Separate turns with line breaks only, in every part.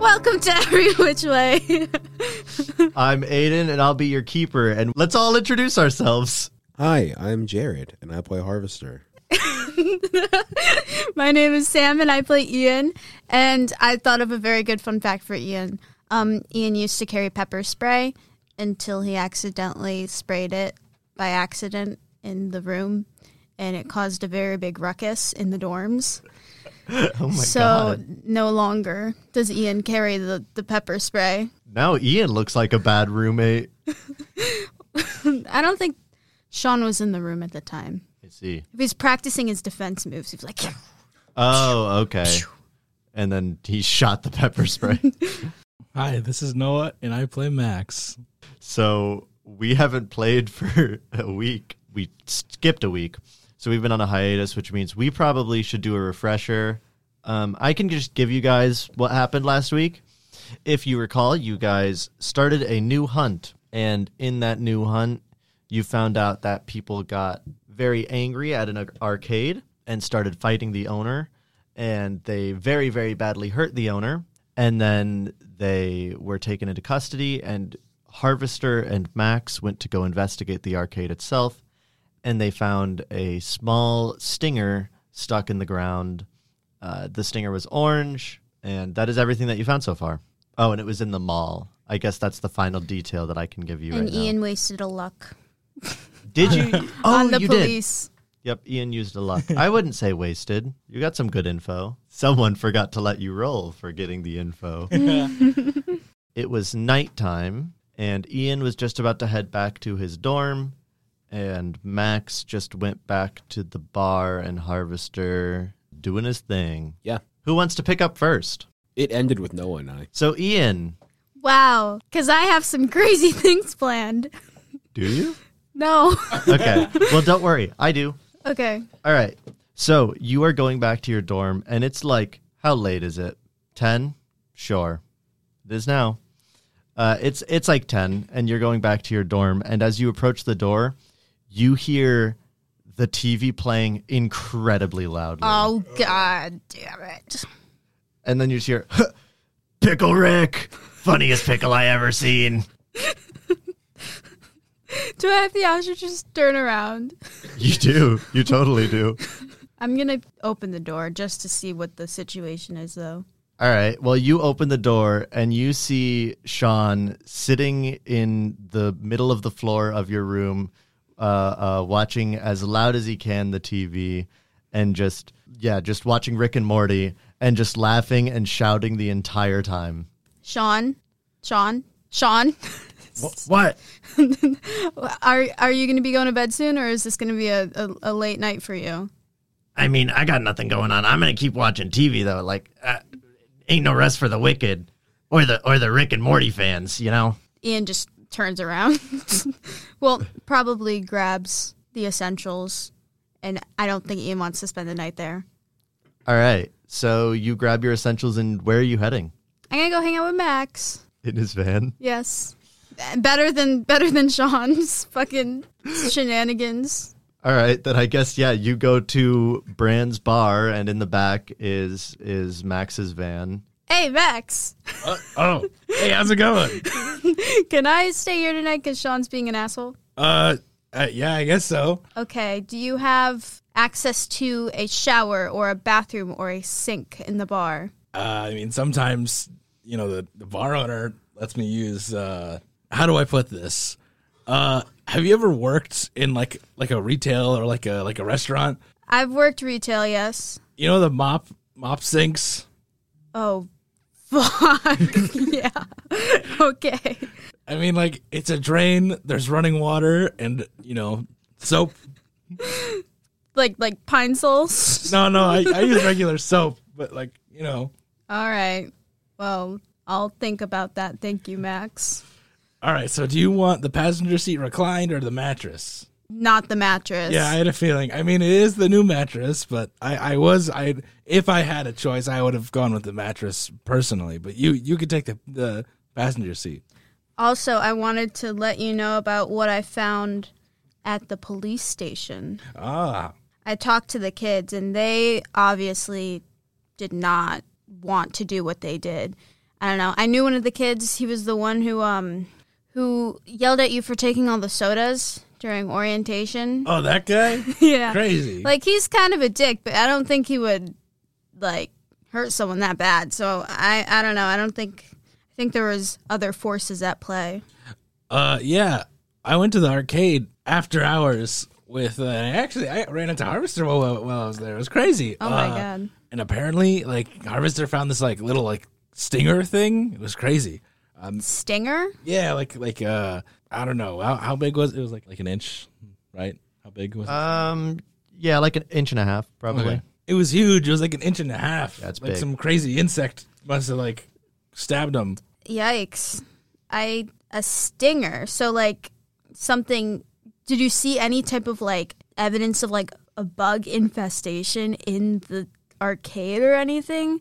Welcome to Every Which Way.
I'm Aiden, and I'll be your keeper. And let's all introduce ourselves.
Hi, I'm Jared, and I play Harvester.
My name is Sam, and I play Ian. And I thought of a very good fun fact for Ian. Um, Ian used to carry pepper spray until he accidentally sprayed it by accident in the room, and it caused a very big ruckus in the dorms.
Oh my
so
god!
no longer does Ian carry the, the pepper spray.
Now Ian looks like a bad roommate.
I don't think Sean was in the room at the time.
I see.
If he's practicing his defense moves, he's like,
Oh, okay. And then he shot the pepper spray.
Hi, this is Noah, and I play Max.
So we haven't played for a week. We skipped a week. So we've been on a hiatus, which means we probably should do a refresher. Um, I can just give you guys what happened last week. If you recall, you guys started a new hunt. And in that new hunt, you found out that people got very angry at an ar- arcade and started fighting the owner. And they very, very badly hurt the owner. And then they were taken into custody. And Harvester and Max went to go investigate the arcade itself. And they found a small stinger stuck in the ground. Uh, the stinger was orange. And that is everything that you found so far. Oh, and it was in the mall. I guess that's the final detail that I can give you
and
right now.
Ian wasted a luck
Did you? Oh,
on the
you did.
police.
Yep, Ian used a lot. I wouldn't say wasted. You got some good info. Someone forgot to let you roll for getting the info. it was nighttime, and Ian was just about to head back to his dorm, and Max just went back to the bar and Harvester doing his thing.
Yeah.
Who wants to pick up first?
It ended with Noah and I.
So, Ian,
Wow, because I have some crazy things planned.
do you?
No.
Okay. well, don't worry. I do.
okay.
All right. So you are going back to your dorm, and it's like, how late is it? 10? Sure. It is now. Uh, it's it's like 10, and you're going back to your dorm. And as you approach the door, you hear the TV playing incredibly loudly.
Oh, God damn it.
and then you just hear, "Huh, Pickle Rick, funniest pickle I ever seen.
Do I have the option to just turn around?
You do. You totally do.
I'm going to open the door just to see what the situation is, though.
All right. Well, you open the door and you see Sean sitting in the middle of the floor of your room, uh, uh, watching as loud as he can the TV and just, yeah, just watching Rick and Morty and just laughing and shouting the entire time.
Sean? Sean? Sean?
What?
Are are you going to be going to bed soon, or is this going to be a, a, a late night for you?
I mean, I got nothing going on. I'm going to keep watching TV, though. Like, uh, ain't no rest for the wicked or the, or the Rick and Morty fans, you know?
Ian just turns around. well, probably grabs the essentials, and I don't think Ian wants to spend the night there.
All right. So you grab your essentials and where are you heading?
I'm gonna go hang out with Max.
In his van.
Yes, better than better than Sean's fucking shenanigans.
All right, then I guess yeah, you go to Brand's bar, and in the back is is Max's van.
Hey Max,
Oh, hey, how's it going?
can I stay here tonight? Because Sean's being an asshole.
Uh, uh, yeah, I guess so.
Okay. Do you have access to a shower or a bathroom or a sink in the bar?
Uh, I mean, sometimes you know the, the bar owner lets me use. Uh, how do I put this? Uh, have you ever worked in like like a retail or like a like a restaurant?
I've worked retail, yes.
You know the mop mop sinks.
Oh, fuck. yeah. Okay.
I mean, like it's a drain. There's running water and you know soap.
Like like pine soles.
No, no, I, I use regular soap, but like you know.
All right. Well, I'll think about that. Thank you, Max.
All right, so do you want the passenger seat reclined or the mattress?
Not the mattress.
Yeah, I had a feeling. I mean, it is the new mattress, but I, I was I if I had a choice, I would have gone with the mattress personally. But you you could take the the passenger seat.
also, I wanted to let you know about what I found at the police station.
Ah,
I talked to the kids, and they obviously did not want to do what they did. I don't know. I knew one of the kids. He was the one who um who yelled at you for taking all the sodas during orientation.
Oh, that guy?
yeah.
Crazy.
Like he's kind of a dick, but I don't think he would like hurt someone that bad. So I I don't know. I don't think I think there was other forces at play.
Uh, yeah, I went to the arcade after hours with. Uh, actually, I ran into Harvester while, while I was there. It was crazy.
Oh my
Uh,
god.
And apparently, like Harvester found this like little like stinger thing. It was crazy.
Stinger?
Yeah, like like uh, I don't know how, how big was it? It was like like an inch, right? How big was it?
Um, yeah, like an inch and a half, probably.
Okay. It was huge. It was like an inch and a half.
That's
like
big.
some crazy insect must have like stabbed him.
Yikes. I a stinger. So like something did you see any type of like evidence of like a bug infestation in the arcade or anything?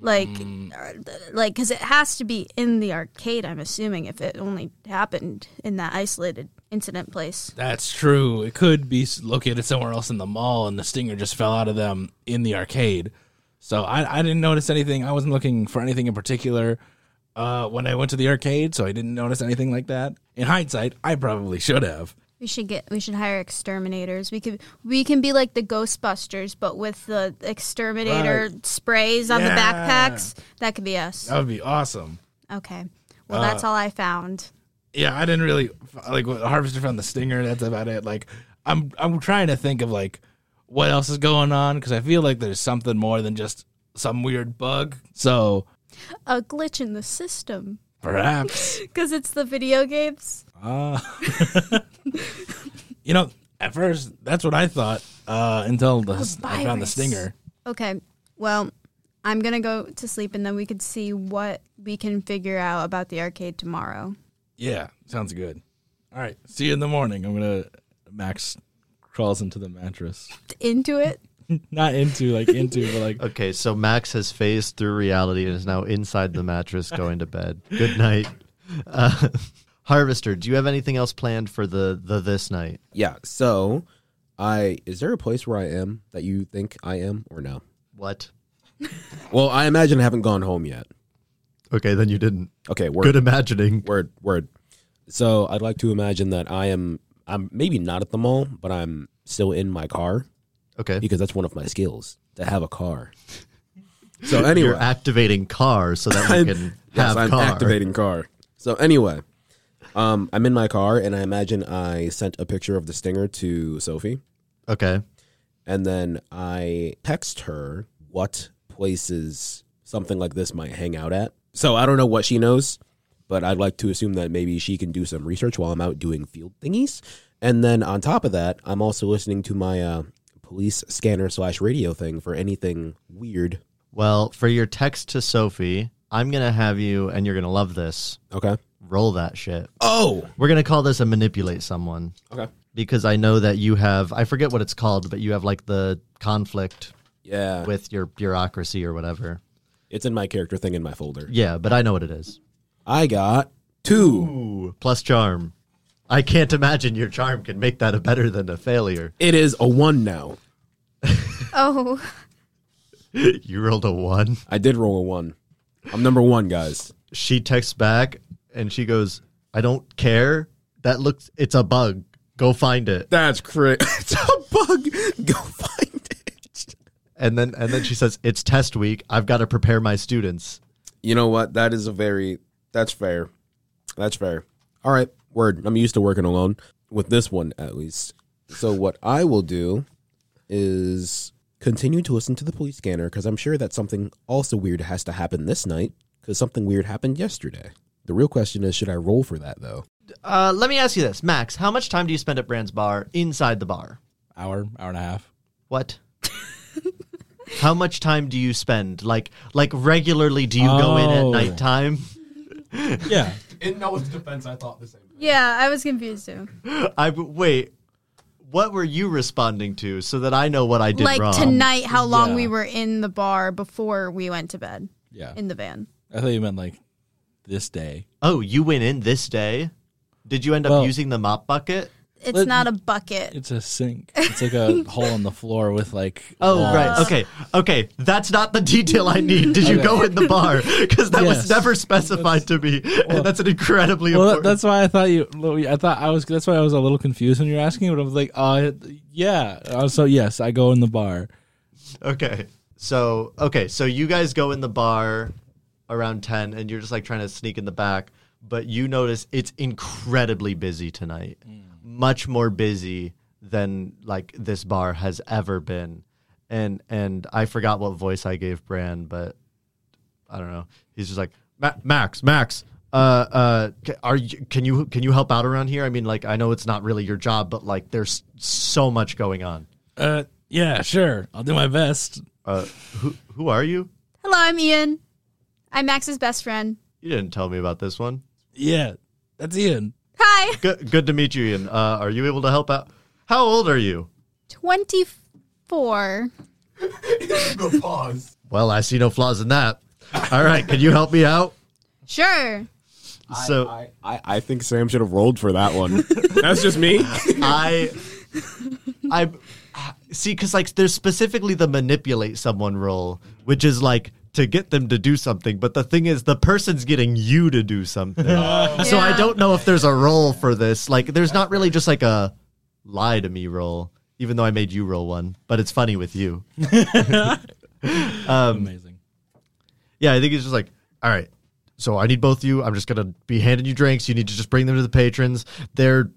Like or th- like cuz it has to be in the arcade I'm assuming if it only happened in that isolated incident place.
That's true. It could be s- located somewhere else in the mall, and the stinger just fell out of them in the arcade. So I, I didn't notice anything. I wasn't looking for anything in particular uh, when I went to the arcade, so I didn't notice anything like that. In hindsight, I probably should have.
We should get we should hire exterminators. We could we can be like the Ghostbusters but with the exterminator sprays on the
Yeah.
backpacks. That could be us.
That would be awesome.
Okay. Well,
Uh,
that's all I found.
yeah, I didn't really like what Harvester found the stinger. That's about it. Like, I'm I'm trying to think of like what else is going on because I feel like there's something more than just some weird bug. So
A glitch in the system
perhaps,
because it's the video games.
uh, you know, at first that's what I thought uh, until the, I found the
virus.
stinger.
Okay. Well, I'm going to go to sleep and then we could see what we can figure out about the arcade tomorrow.
Yeah, sounds good. All right, see you in the morning. I'm gonna Max crawls into the mattress,
Into it?
not into like into, but like
Okay, so Max has phased through reality and is now inside the mattress going to bed. Good night. Uh, Harvester, do you have anything else planned for the, the this night?
Yeah. So, I is there a place where I am that you think I am or no?
What?
Well, I imagine I haven't gone home yet.
Okay, then you didn't.
Okay. Word.
Good imagining.
Word. Word. So I'd like to imagine that I am. I'm maybe not at the mall, but I'm still in my car
Okay.
because that's one of my skills to have a car. So anyway,
You're activating car so that we
I'm-
can
Yes,
have
I'm
car.
activating car. So anyway, um, I'm in my car, and I imagine I sent a picture of the stinger to Sophie,
Okay.
and then I text her what places something like this might hang out at. So I don't know what she knows, but I'd like to assume that maybe she can do some research while I'm out doing field thingies. And then on top of that, I'm also listening to my uh, police scanner slash radio thing for anything weird.
Well, for your text to Sophie, I'm going to have you, and you're going to love this.
Okay.
Roll that shit.
Oh.
We're going to call this a manipulate someone
Okay.
because I know that you have, I forget what it's called, but you have like the conflict
Yeah.
with your bureaucracy or whatever.
It's in my character thing in my folder.
Yeah, but I know what it is.
I got two.
Ooh, plus charm. I can't imagine your charm can make that a better than a failure.
It is a one now.
Oh,
you rolled a one.
I did roll a one. I'm number one, guys.
She texts back and she goes, "I don't care. That looks. It's a bug. Go find it."
That's crazy. it's a bug. Go find it.
And then and then she says, "It's test week. I've got to prepare my students."
You know what? That is a very. That's fair. That's fair. All right. Word. I'm used to working alone with this one at least. So what I will do is continue to listen to the police scanner because I'm sure that something also weird has to happen this night because something weird happened yesterday. The real question is, should I roll for that though?
Uh, let me ask you this, Max. How much time do you spend at Brand's bar inside the bar?
hour, hour and a half.
What? How much time do you spend? Like like regularly? Do you go in at
Oh.
nighttime?
Yeah.
In no one's defense, I thought the same thing.
yeah, I was confused too.
I wait. What were you responding to so that I know what I did
Like
wrong?
tonight, how long
Yeah.
we were in the bar before we went to bed
Yeah.
in the van.
I thought you meant like this day.
Oh, you went in this day. Did you end up
Well-
using the mop bucket?
It's
Let-
not a bucket.
It's a sink. It's like a hole in the floor with like.
Oh
walls.
right, okay, okay. That's not the detail I need. Did you
Okay.
go in the bar? Because that
Yes.
was never specified to me, and that's an incredibly
Well, that-
important.
that's why I thought you. I thought I was. That's why I was a little confused when you were asking. But I was like, uh, yeah. Uh, so yes, I go in the bar.
Okay. So okay, so you guys go in the bar around ten, and you're just like trying to sneak in the back, but you notice it's incredibly busy tonight, much more busy than like this bar has ever been, and and I forgot what voice I gave Bran, but I don't know. He's just like "Ma- Max, Max. Uh, uh, c- are you, can you can you help out around here? I mean, like I know it's not really your job, but like there's so much going on.
Uh, yeah, sure. I'll do my best.
Uh, who who are you?
Hello, I'm Ian. I'm Max's best friend.
You didn't tell me about this one.
Yeah, that's Ian.
Hi.
Good, good to meet you, Ian. Uh, are you able to help out? How old are you?
24.
the pause.
Well, I see no flaws in that. All right, can you help me out?
Sure.
so I,
I,
I, I think Sam should have rolled for that one. That's just me.
I, see because like there's specifically the manipulate someone role, which is like to get them to do something. But the thing is, the person's getting you to do something. So I
Yeah.
don't know if there's a role for this. Like, there's not really just like a lie to me role, even though I made you roll one. But it's funny with you.
Amazing.
Yeah, I think he's just like, all right, so I need both of you. I'm just gonna be handing you drinks. You need to just bring them to the patrons. They're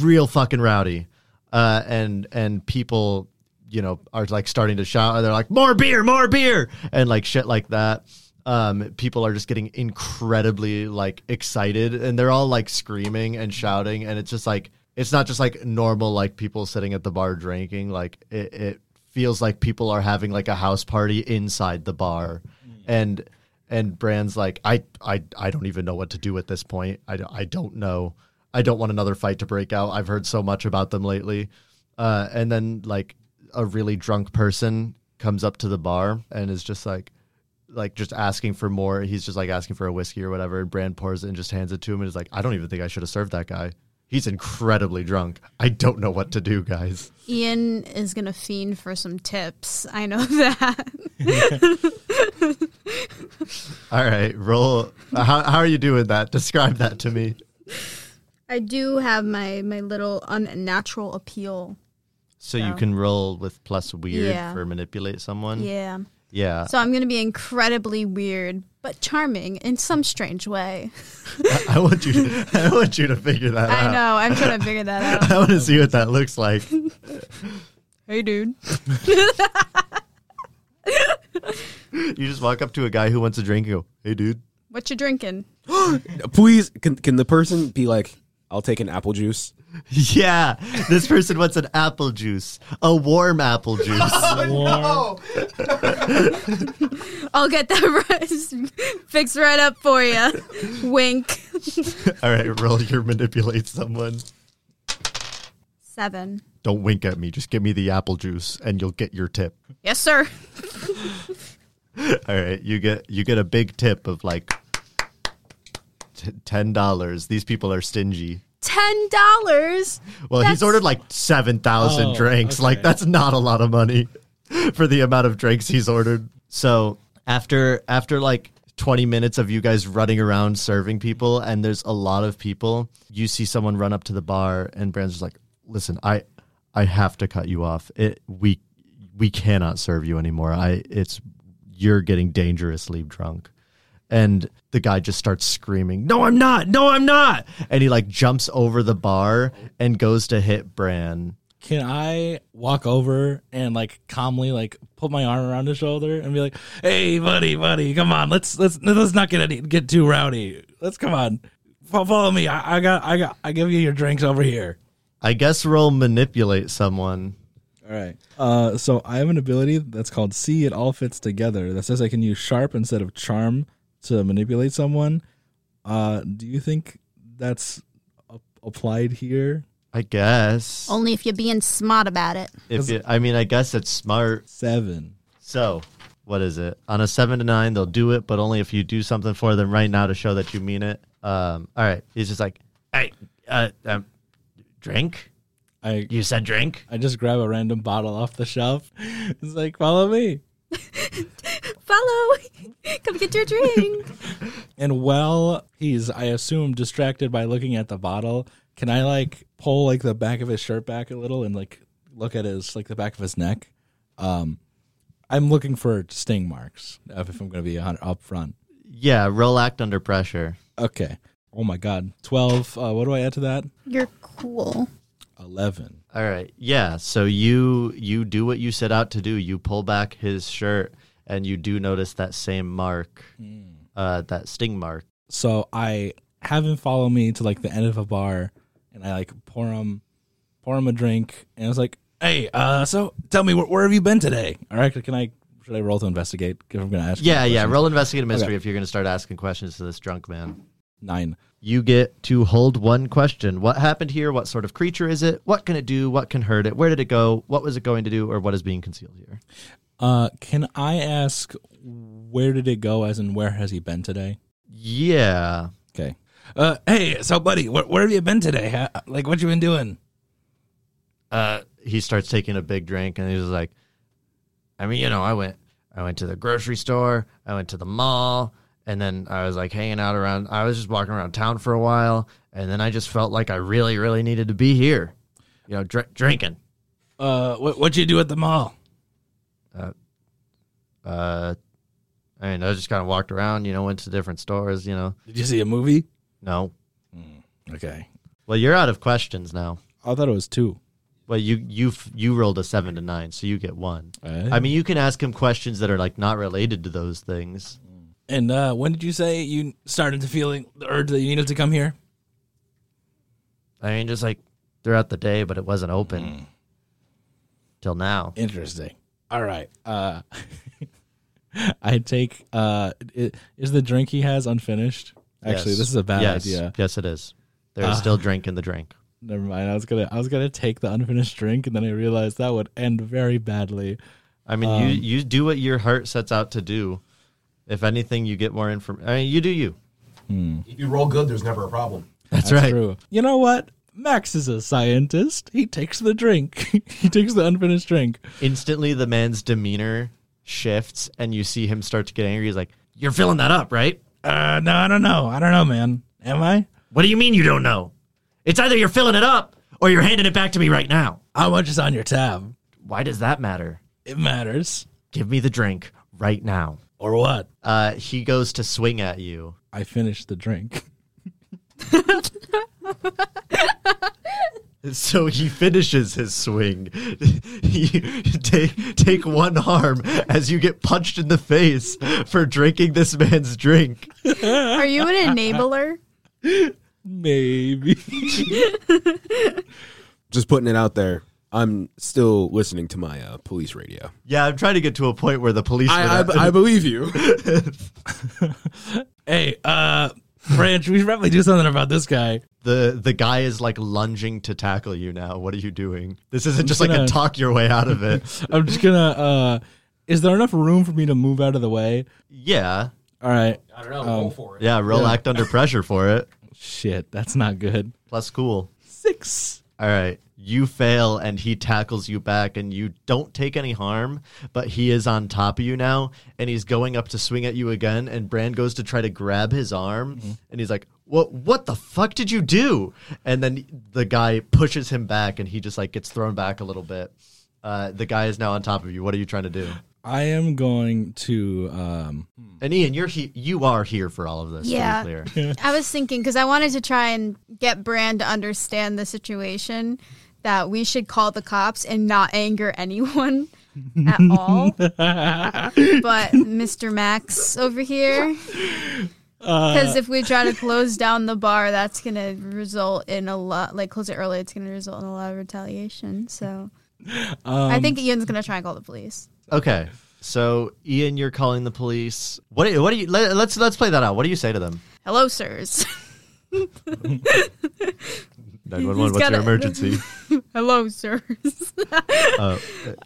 real fucking rowdy, uh, and and people, you know, are like starting to shout. They're like, more beer, more beer, and like shit like that. Um, people are just getting incredibly like excited, and they're all like screaming and shouting, and it's just like it's not just like normal like people sitting at the bar drinking. Like it, it feels like people are having like a house party inside the bar and and Brand's like, I, I, I don't even know what to do at this point. I, don't- I don't know. I don't want another fight to break out. I've heard so much about them lately. Uh, and then like a really drunk person comes up to the bar and is just like, like just asking for more. He's just like asking for a whiskey or whatever. And Brand pours it and just hands it to him and is like, I don't even think I should have served that guy. He's incredibly drunk. I don't know what to do, guys.
Ian is going to fiend for some tips. I know that.
All right, roll. How, how are you doing that? Describe that to me.
I do have my, my little unnatural appeal.
So you
So-
can roll with plus weird
Yeah.
for manipulate someone.
Yeah.
Yeah.
So I'm going to be incredibly weird, but charming in some strange way.
I, I want you. To, I want you to figure that
I
out.
know. I'm trying to figure that out.
I want to see what that looks like.
Hey, dude.
You just walk up to a guy who wants a drink and go, "Hey, dude."
What you drinking?
Please, can can the person be like, I'll take an apple juice.
Yeah, this person wants an apple juice, a warm apple juice.
oh,
I'll get that right, fixed right up for you. Wink.
All right, roll your manipulate someone.
Seven.
Don't wink at me. Just give me the apple juice, and you'll get your tip.
Yes, sir.
All right, you get you get a big tip of like t- ten dollars. These people are stingy.
Ten dollars.
Well, he's
That's-
ordered like 7,000
Oh,
drinks.
okay.
Like, that's not a lot of money for the amount of drinks he's ordered. So, after, after like 20 minutes of you guys running around serving people, and there's a lot of people, you see someone run up to the bar, and Brand's just like, listen, I, I have to cut you off. It, we, we cannot serve you anymore. I, it's, you're getting dangerously drunk and the guy just starts screaming no i'm not no i'm not and he like jumps over the bar and goes to hit bran
Can I walk over and like calmly like put my arm around his shoulder and be like, "Hey, buddy, buddy, come on, let's let's let's not get any, get too rowdy. Let's come on, Fo- follow me. I, I got I got I give you your drinks over here."
i guess roll manipulate someone
All right. Uh, so I have an ability that's called See It All Fits Together that says I can use Sharp instead of Charm to manipulate someone. Uh, do you think that's a- applied here?
i guess
Only if you're being smart about it.
if you, i mean i guess it's smart
Seven.
so what is it on a 7 to 9 they'll do it but only if you do something for them right now to show that you mean it um, all right he's just like hey uh, um, drink
I
You said drink.
I just grab a random bottle off the shelf. It's like, follow me.
Follow. Come get your drink.
And while he's, I assume, distracted by looking at the bottle, can I like pull like the back of his shirt back a little and like look at his like the back of his neck? Um, I'm looking for sting marks uh, if I'm going to be on, up front.
Yeah, roll act under pressure.
Okay. Oh my God. 12. Uh, what do I add to that?
You're cool.
11.
All right. Yeah. So you you do what you set out to do. You pull back his shirt, and you do notice that same mark, uh, that sting mark.
So I have him follow me to like the end of a bar and I like pour him, pour him a drink. And I was like, hey, uh, so tell me, wh- where have you been today? All right. Can I, should I roll to investigate? If I'm going to ask.
Yeah.
you
Yeah.
questions.
Roll investigate a mystery
Okay.
if you're going to start asking questions to this drunk man.
Nine.
You get to hold one question. What happened here? What sort of creature is it? What can it do? What can hurt it? Where did it go? What was it going to do? Or what is being concealed here?
Uh, can I ask where did it go? As in, where has he been today?
Yeah.
Okay. Uh, hey, so buddy, wh- where have you been today? Huh? Like, what you been doing?
uh, he starts taking a big drink and he's like, I mean, you know, I went, I went to the grocery store, I went to the mall, and then I was like hanging out around. I was just walking around town for a while, and then I just felt like I really, really needed to be here, you know, dr- drinking.
Uh, what what you do at the mall?
Uh, I mean, I just kind of walked around, you know, went to different stores, you know.
Did you see a movie?
No,
Okay.
well, you're out of questions now.
I thought it was two.
Well, you you f- you rolled a seven to nine, so you get one.
Eh?
I mean, you can ask him questions that are like not related to those things.
And uh, when did you say you started to feeling the urge that you needed to come here?
I mean, just like throughout the day, but it wasn't open till now.
Interesting. All right. Uh, I take. Uh, i- is the drink he has unfinished? Actually,
Yes.
this is a bad
yes.
idea. Ah.
Yes, it is. There is still drink in the drink.
Never mind. I was gonna. I was gonna take the unfinished drink, and then I realized that would end very badly.
I mean, you
Um,
you do what your heart sets out to do. If anything, you get more information. I mean, you do you.
If you roll good, there's never a problem.
That's,
True. You know what? Max is a scientist. He takes the drink. he takes the unfinished drink.
Instantly, the man's demeanor shifts, and you see him start to get angry. He's like, "You're filling that up, right?
Uh, no, I don't know. I don't know, man. Am I?
What do you mean you don't know? It's either you're filling it up or you're handing it back to me right now.
How much is on your tab?
Why does that matter?
It matters.
Give me the drink right now."
Or what?
Uh, he goes to swing at you.
I finished the drink.
So he finishes his swing. you take take one harm as you get punched in the face for drinking this man's drink.
Are you an enabler?
Maybe.
Just putting it out there. I'm still listening to my uh, police radio.
Yeah, I'm trying to get to a point where the police.
I, I, I believe you.
hey, uh, Branch, we should probably do something about this guy.
the the guy is like lunging to tackle you now. What are you doing? This isn't just like a
gonna-
talk your way out of it.
I'm just gonna. Uh, is there enough room for me to move out of the way?
yeah,
All right.
I don't know. Roll for it.
yeah. Roll act under pressure for it.
Shit, that's not good.
Plus cool.
Six.
All right. You fail and he tackles you back and you don't take any harm, but he is on top of you now and he's going up to swing at you again and Brand goes to try to grab his arm and he's like, "What what the fuck did you do?" And then the guy pushes him back and he just like gets thrown back a little bit. Uh, the guy is now on top of you. What are you trying to do?
I am going to. Um,
And Ian, you're he- you are here for all of this.
Yeah.
To be clear.
I was thinking because I wanted to try and get Brand to understand the situation that we should call the cops and not anger anyone at all. but Mr. Max over here, because if we try to close down the bar, that's gonna result in a lot. Like close it early, it's gonna result in a lot of retaliation. So. I think Ian's gonna try and call the police.
Okay. So Ian, you're calling the police. What? do you- What do you? Let, let's let's play that out. What do you say to them?
Hello, sirs.
911,
He's
what's
got
your
it.
emergency?
Hello, sirs.
uh,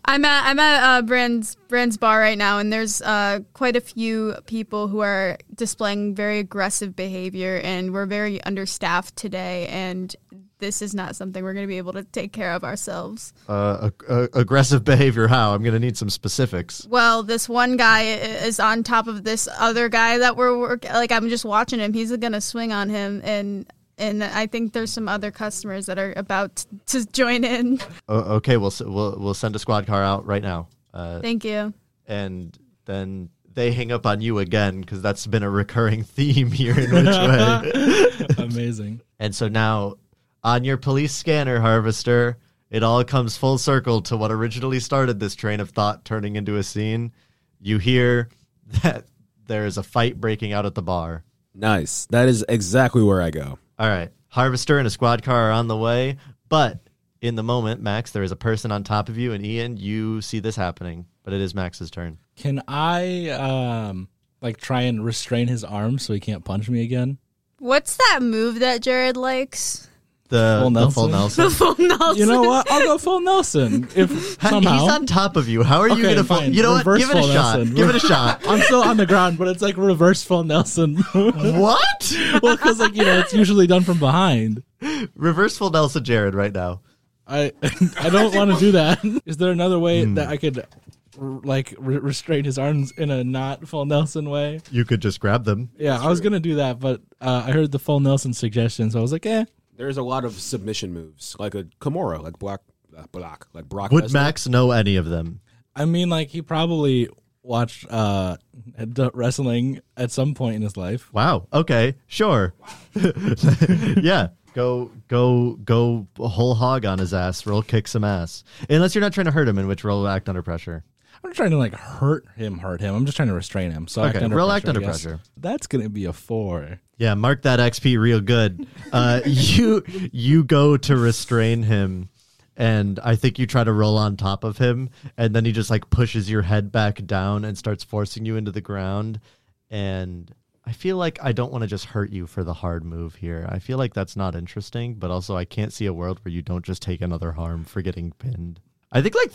I'm at I'm at uh, Brand's Brand's bar right now, and there's uh, quite a few people who are displaying very aggressive behavior, and we're very understaffed today, and this is not something we're going to be able to take care of ourselves.
Uh, ag- uh, aggressive behavior. How? I'm going to need some specifics.
Well, this one guy i- is on top of this other guy that we're work- like. I'm just watching him. He's going to swing on him, and and I think there's some other customers that are about to join in.
O- okay, we'll, s- we'll we'll send a squad car out right now, uh,
Thank you.
and then they hang up on you again because that's been a recurring theme here in Which Way.
Amazing.
and so now, on your police scanner harvester, it all comes full circle to what originally started this train of thought turning into a scene. You hear that there is a fight breaking out at the bar.
Nice. That is exactly where I go.
All right. Harvester and a squad car are on the way, but in the moment, Max, there is a person on top of you, and Ian, you see this happening, but it is Max's turn.
Can I um like try and restrain his arm so he can't punch me again?
What's that move that Jared likes?
The
Full
the full
Nelson?
Nelson.
The full Nelson.
You know what? I'll go full Nelson if somehow.
He's on top of you. How are you
Okay,
going to
fine.
You know
Reverse
what? Give it
full
a shot.
Nelson.
Give it a shot.
I'm still on the ground, but it's like reverse full Nelson. well,
what?
because like you know, it's usually done from behind.
Reverse full Nelson Jared right now.
I I don't want to do that. Is there another way
Hmm.
that I could r- like re- restrain his arms in a not full Nelson way?
You could just grab them.
Yeah, I was gonna do that, but uh, I heard the full Nelson suggestion, so I was like, eh.
There's a lot of submission moves, like a Kimura, like Black, uh, Black, like Brock.
Would
Lesnar.
Max know any of them?
I mean, like he probably watched uh d- wrestling at some point in his life.
Wow. Okay. Sure. yeah. Go go go whole hog on his ass. Roll kick some ass. Unless you're not trying to hurt him, in which roll will act under pressure.
I'm not trying to like hurt him, hurt him. I'm just trying to restrain him. So act
Okay,
under
real
pressure,
act
I
under
guess.
pressure.
That's gonna be a four.
Yeah, mark that XP real good. Uh, you you go to restrain him, and I think you try to roll on top of him, and then he just like pushes your head back down and starts forcing you into the ground. And I feel like I don't want to just hurt you for the hard move here. I feel like that's not interesting, but also I can't see a world where you don't just take another harm for getting pinned. I think like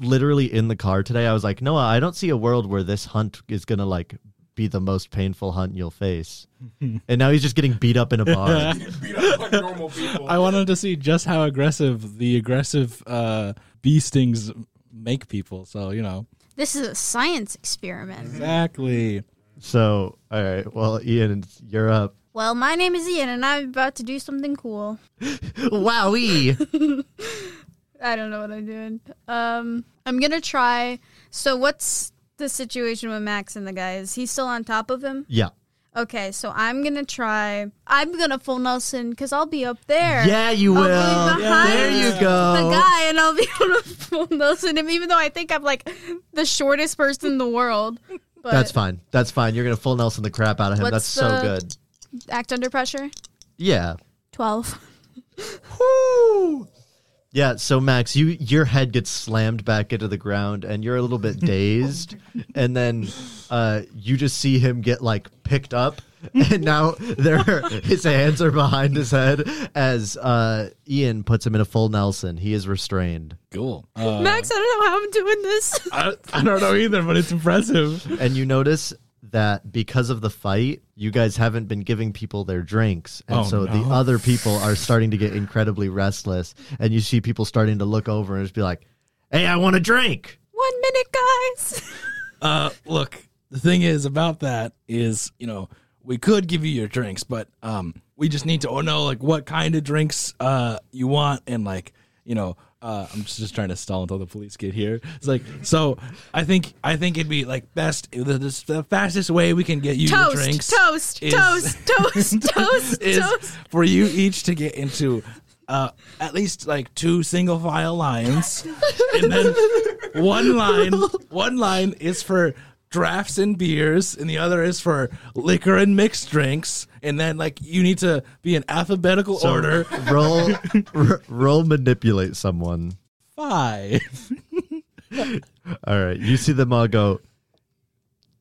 literally in the car today, I was like, Noah, I don't see a world where this hunt is gonna like be the most painful hunt you'll face. and now he's just getting beat up in a bar.
Beat up like normal people.
I wanted to see just how aggressive the aggressive uh, bee stings make people. So you know
This is a science experiment.
exactly.
so, all right, well, Ian, you're up.
Well, my name is Ian, and I'm about to do something cool.
Wowie!
I don't know what I'm doing. Um, I'm gonna try. So, what's the situation with Max and the guy? Is he still on top of him?
yeah.
Okay, so I'm gonna try. I'm gonna full Nelson because I'll be up there.
Yeah, you
I'll
will.
be Oh, behind
There you go.
The guy, and I'll be able to full Nelson him, even though I think I'm like the shortest person in the world. But
That's fine. That's fine. You're going to full Nelson the crap out of him.
What's
That's
the-
so good.
act under pressure.
Yeah.
Twelve.
Woo! Yeah, so Max, you your head gets slammed back into the ground and you're a little bit dazed and then uh, you just see him get like picked up and now there are, his hands are behind his head as uh, Ian puts him in a full Nelson. He is restrained.
Cool. Uh,
Max, I don't know how I'm doing this.
I, I don't know either, but it's impressive.
And you notice that because of the fight, you guys haven't been giving people their drinks. And
Oh,
so
no.
the other people are starting to get incredibly restless and you see people starting to look over and just be like, "Hey, I want a drink."
One minute, guys.
Uh, look, the thing is about that is, you know, we could give you your drinks, but um, we just need to know like what kind of drinks uh you want and like you know. Uh, I'm just, just trying to stall until the police get here. It's like so. I think I think it'd be like best the, the, the fastest way we can get you your drinks.
Toast, toast,
is-
toast, toast, toast,
is
toast.
for you each to get into uh, at least like two single file lines, and then one line one line is for drafts and beers, and the other is for liquor and mixed drinks. And then like you need to be in alphabetical
So
order.
roll, r- roll, manipulate someone.
Five.
All right, you see them all go.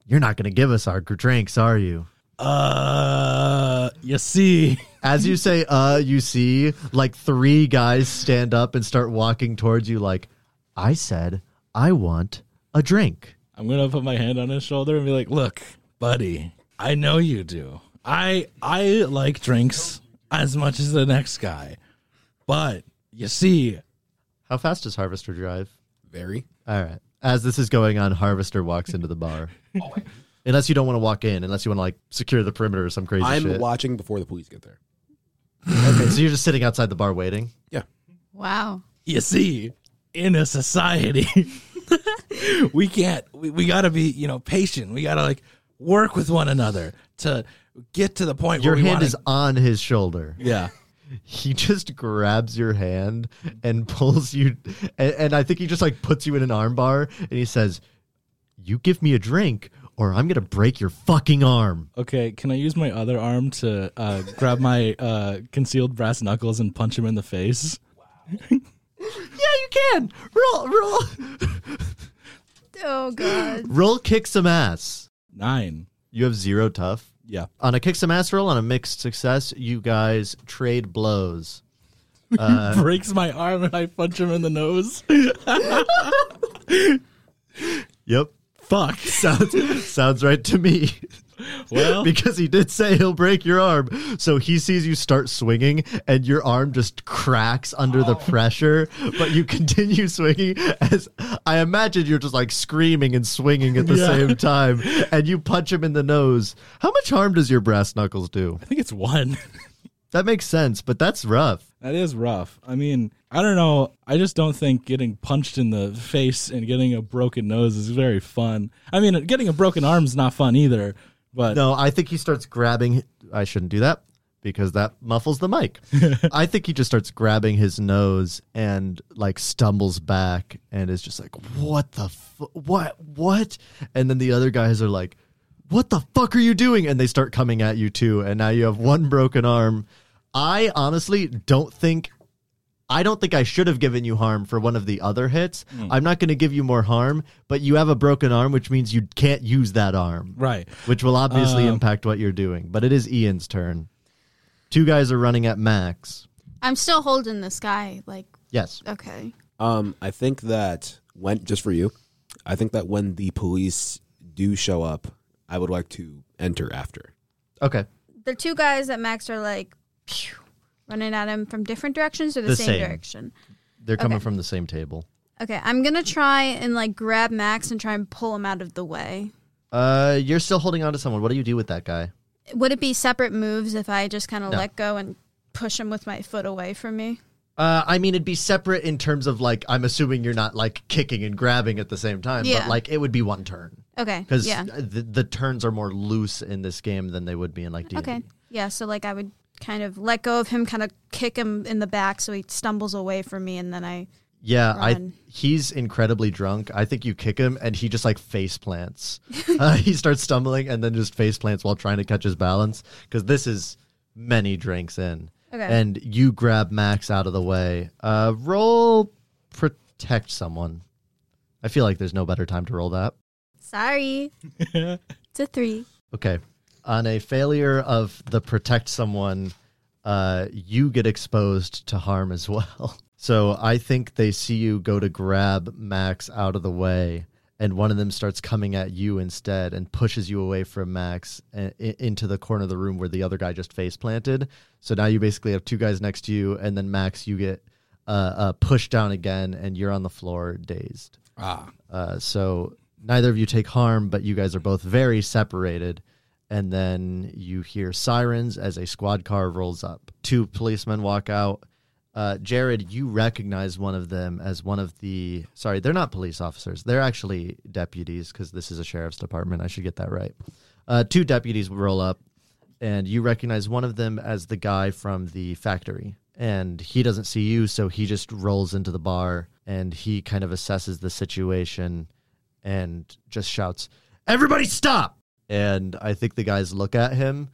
You're not going to give us our gr- drinks, are you?
Uh, you see,
As you say, uh, you see like three guys stand up and start walking towards you. Like, I said, I want a drink.
I'm gonna put my hand on his shoulder and be like, "Look, buddy, I know you do. I I like drinks as much as the next guy." But you see,
How fast does Harvester drive?
Very.
All right. As this is going on, Harvester walks into the bar. unless you don't want to walk in, unless you want to like secure the perimeter or some crazy
I'm
shit.
watching before the police get there.
okay, so you're just sitting outside the bar waiting.
Yeah.
Wow.
you see, in a society, we can't, we, we gotta be, you know, patient. We gotta like work with one another to get to the point
Your
where we
hand
wanna,
is on his shoulder.
yeah.
He just grabs your hand and pulls you, and, and I think he just like puts you in an armbar and he says, "You give me a drink, or I'm gonna break your fucking arm."
Okay, can I use my other arm to uh, grab my uh, concealed brass knuckles and punch him in the face?
Yeah, you can roll, roll,
Oh god.
roll, kick some ass.
Nine.
You have zero tough.
Yeah.
on a kick some ass roll on a mixed success, you guys trade blows.
Breaks my arm and I punch him in the nose.
Yep.
Fuck.
Sounds sounds right to me.
Well,
because he did say he'll break your arm. So he sees you start swinging and your arm just cracks under
Oh.
the pressure, but you continue swinging as I imagine you're just like screaming and swinging at the
Yeah.
same time and you punch him in the nose. How much harm does your brass knuckles do?
I think it's one.
That makes sense, but that's rough.
That is rough. I mean, I don't know. I just don't think getting punched in the face and getting a broken nose is very fun. I mean, getting a broken arm's not fun either. But
No, I think he starts grabbing. I shouldn't do that because that muffles the mic. I think he just starts grabbing his nose and like stumbles back and is just like, "What the fu- what what?" And then the other guys are like, "What the fuck are you doing?" And they start coming at you too. And now you have one broken arm. I honestly don't think I don't think I should have given you harm for one of the other hits. I'm not going to give you more harm, but you have a broken arm, which means you can't use that arm.
right.
Which will obviously
Um,
impact what you're doing, but it is Ian's turn. Two guys are running at Max.
I'm still holding this guy. Like,
Yes.
okay.
Um, I think that when just for you, I think that when the police do show up, I would like to enter after.
Okay.
The two guys that Max are like pew, running at him from different directions or the,
The
same,
same.
direction.
They're coming
Okay.
from the same table.
Okay, I'm gonna try and like grab Max and try and pull him out of the way.
Uh, you're still holding on to someone. What do you do with that guy?
Would it be separate moves if I just kind of
No.
let go and push him with my foot away from me?
Uh, I mean, it'd be separate in terms of like, I'm assuming you're not like kicking and grabbing at the same time,
Yeah.
but like it would be one turn
Okay.
because
Yeah.
the, the turns are more loose in this game than they would be in like D&D.
Okay. Yeah. So like I would kind of let go of him, kind of kick him in the back so he stumbles away from me, and then I
Yeah,
Run.
I he's incredibly drunk. I think you kick him and he just like face plants. uh, he starts stumbling and then just face plants while trying to catch his balance because this is many drinks in.
Okay.
And you grab Max out of the way. Uh, roll protect someone. I feel like there's no better time to roll that.
sorry. it's a three.
Okay. On a failure of the protect someone, uh, you get exposed to harm as well. So I think they see you go to grab Max out of the way, and one of them starts coming at you instead and pushes you away from Max and, into the corner of the room where the other guy just face planted. So now you basically have two guys next to you, and then Max, you get uh, uh, pushed down again, and you're on the floor dazed.
Ah.
Uh, so neither of you take harm, but you guys are both very separated. And then you hear sirens as a squad car rolls up. Two policemen walk out. Uh, Jared, you recognize one of them as one of the. Sorry, they're not police officers. They're actually deputies because this is a sheriff's department. I should get that right. Uh, two deputies roll up, and you recognize one of them as the guy from the factory. And he doesn't see you, so he just rolls into the bar and he kind of assesses the situation and just shouts, Everybody stop! And I think the guys look at him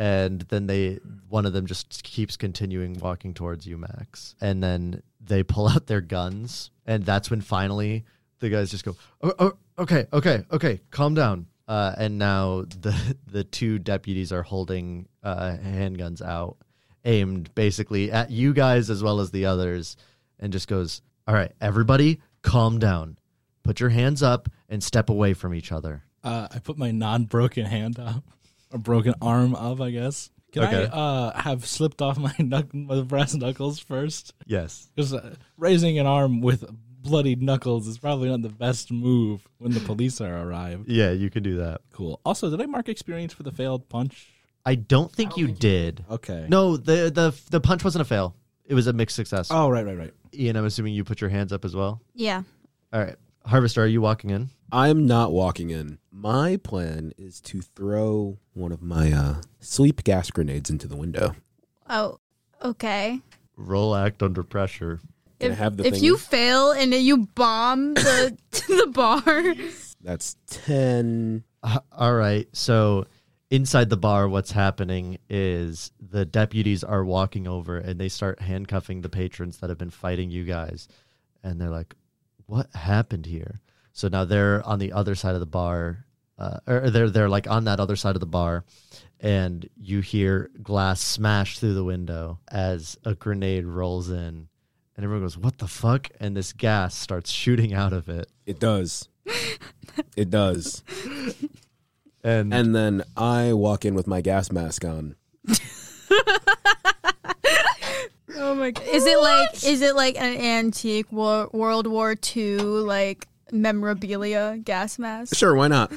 and then they one of them just keeps continuing walking towards you, Max. And then they pull out their guns, and that's when finally the guys just go, "Oh, oh okay, okay, okay, calm down." Uh, and now the the two deputies are holding uh, handguns out, aimed basically at you guys as well as the others, and just goes, "All right, everybody, calm down, put your hands up, and step away from each other."
Uh, I put my non broken hand up, or broken arm up, I guess. Can
Okay.
I uh, have slipped off my, knuck- my brass knuckles first?
Yes.
Because uh, raising an arm with bloodied knuckles is probably not the best move when the police are arrived.
Yeah, you could do that.
Cool. Also, did I mark experience for the failed punch?
I don't think you did.
Okay.
No, the the the punch wasn't a fail. It was a mixed success.
Oh, right, right, right.
Ian, I'm assuming you put your hands up as well.
Yeah.
All right. Harvester, are you walking in?
I'm not walking in. My plan is to throw one of my uh, sleep gas grenades into the window.
Oh, okay.
Roll act under pressure.
Can I
If,
have the
if
thing?
you fail and you bomb the the bar,
That's 10.
Uh, all right. So inside the bar, what's happening is the deputies are walking over and they start handcuffing the patrons that have been fighting you guys. And they're like, what happened here? So now they're on the other side of the bar, uh, or they're, they're like on that other side of the bar. And you hear glass smash through the window as a grenade rolls in. And everyone goes, what the fuck? And this gas starts shooting out of it.
It does. it does.
And,
And then I walk in with my gas mask on.
oh my god, is it like is it like an antique war, World War II like memorabilia gas mask?
Sure, why not?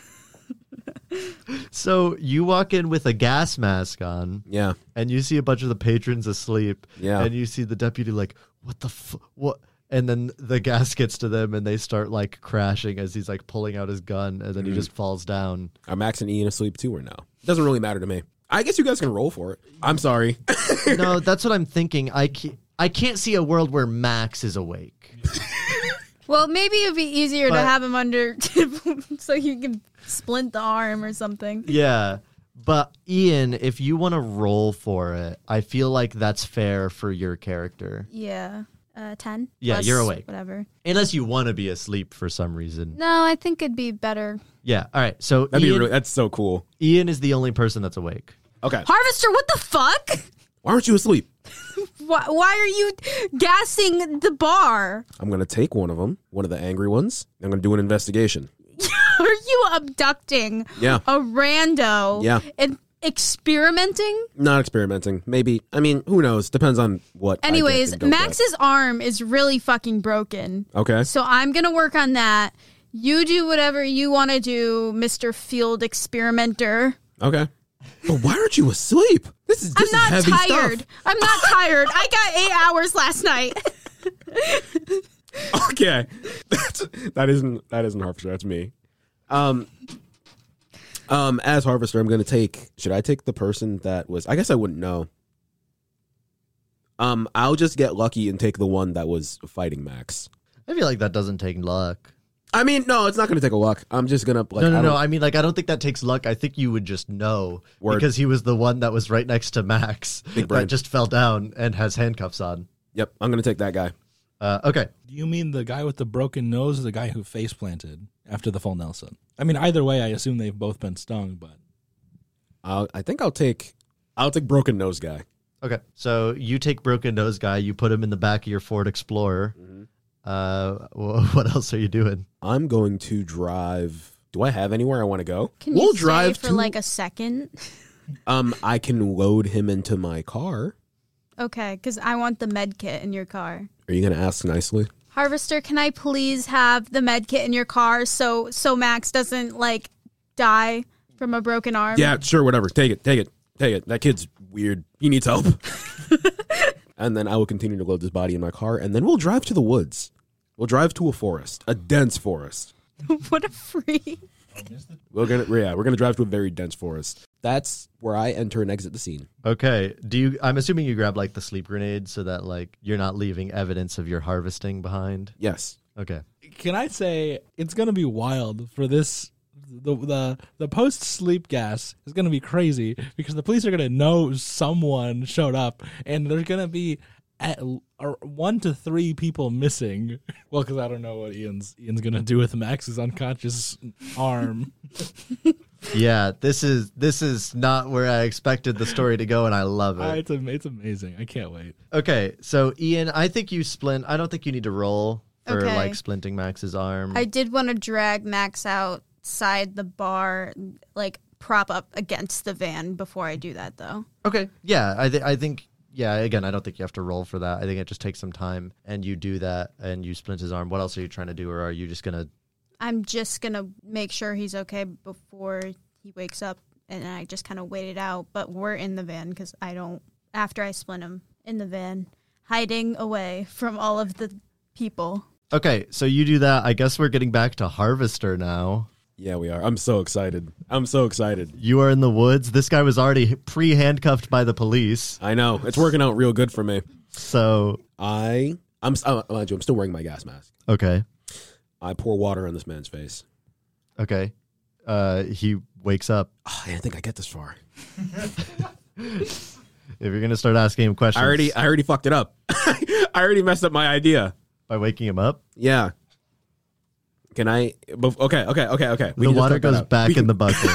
so you walk in with a gas mask on.
Yeah.
and you see a bunch of the patrons asleep.
Yeah.
And you see the deputy like, what the f- what? And then the gas gets to them, and they start like crashing as he's like pulling out his gun, and then
Mm-hmm.
he just falls down.
Are Max and Ian asleep too or no? Doesn't really matter to me. I guess you guys can roll for it. I'm sorry.
no, that's what I'm thinking. I can't, I can't see a world where Max is awake.
Well, maybe it'd be easier to
But-
have him under so you can splint the arm or something.
yeah, but Ian, if you want to roll for it, I feel like that's fair for your character,
Yeah. Uh, 10?
Yeah, you're awake.
Whatever.
unless you want to be asleep for some reason.
No, I think it'd be better.
Yeah. All right. So
That'd be
Ian,
really, that's so cool.
Ian is the only person that's awake.
Okay.
Harvester, what the fuck?
Why aren't you asleep?
Why, why are you gassing the bar?
I'm going to take one of them, one of the angry ones. and I'm going to do an investigation.
Are you abducting
Yeah.
a rando
Yeah.
and experimenting?
Not experimenting. Maybe. I mean, who knows? Depends on what. I get
Anyways,
and don't get.
Max's arm is really fucking broken.
Okay.
So I'm going to work on that. You do whatever you want to do, Mr. Field Experimenter.
Okay. But why aren't you asleep? This is this
I'm not
is heavy
tired. I'm not tired. I got eight hours last night.
stuff. Okay. That's, that isn't that isn't Harvester. That's me. Um. Um. As Harvester, I'm going to take. Should I take the person that was? I guess I wouldn't know. Um. I'll just get lucky and take the one that was fighting Max.
I feel like that doesn't take luck.
I mean, no, it's not going to take a luck. I'm just going to like.
no, no,
I
no.
don't-
I mean, like, I don't think that takes luck. I think you would just know
Word.
because he was the one that was right next to Max
Big brain.
that just fell down and has handcuffs on.
Yep. I'm going to take that guy.
Uh, okay,
Do you mean the guy with the broken nose or the guy who face planted after the full Nelson? I mean, either way, I assume they've both been stung, but
I'll, I think I'll take. I'll take broken nose guy.
okay. So you take broken nose guy. You put him in the back of your Ford Explorer.
Mm-hmm.
Uh, wh- what else are you doing?
I'm going to drive. Do I have anywhere I want to go?
Can
we'll
you
drive
stay for
to.
like a second?
um, I can load him into my car.
Okay, because I want the med kit in your car.
Are you going to ask nicely?
Harvester, can I please have the med kit in your car so so Max doesn't like die from a broken arm?
Yeah, sure, whatever. Take it, take it, take it. That kid's weird. He needs help. and then I will continue to load this body in my car, and then we'll drive to the woods. We'll drive to a forest, a dense forest.
what a free.
We're gonna, yeah, we're gonna drive to a very dense forest. That's where I enter and exit the scene.
Okay. Do you? I'm assuming you grab like the sleep grenade so that like you're not leaving evidence of your harvesting behind.
Yes.
Okay.
can I say it's going to be wild for this? The the, the post sleep gas is going to be crazy because the police are going to know someone showed up, and there's going to be at l- or one to three people missing. Well, because I don't know what Ian's Ian's going to do with Max's unconscious arm.
Yeah. This is this is not where I expected the story to go, and I love it.
Ah, it's am- it's amazing. I can't wait.
Okay, so Ian, I think you splint. I don't think you need to roll for
Okay.
like splinting Max's arm.
I did want to drag Max outside the bar, like prop up against the van before I do that, though.
Okay. Yeah, I th- I think yeah. Again, I don't think you have to roll for that. I think it just takes some time, and you do that, and you splint his arm. What else are you trying to do, or are you just gonna?
I'm just gonna make sure he's okay before he wakes up, and I just kind of wait it out. But we're in the van because I don't. After I splint him in the van, hiding away from all of the people.
Okay, so you do that. I guess we're getting back to Harvester now.
Yeah, we are. I'm so excited. I'm so excited.
You are in the woods. This guy was already pre handcuffed by the police.
I know it's working out real good for me.
So,
I I'm s- uh, mind you, I'm still wearing my gas mask.
okay.
I pour water on this man's face.
Okay. Uh, he wakes up.
Ah, I didn't think I get this far.
If you're going to start asking him questions
I already uh, I already fucked it up. I already messed up my idea.
by waking him up,
Yeah. Can I? bef- Okay, okay, okay, okay. We
the
can just
water
cut that
goes
out.
back
We
in
can-
the bucket.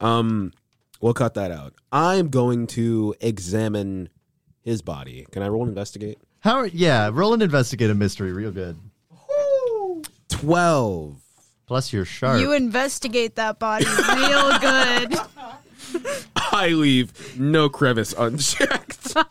Um, we'll cut that out. I'm going to examine his body. Can I roll investigate?
How are, yeah, roll and investigate a mystery real good.
Twelve.
Plus you're sharp.
You investigate that body real good.
I leave no crevice unchecked.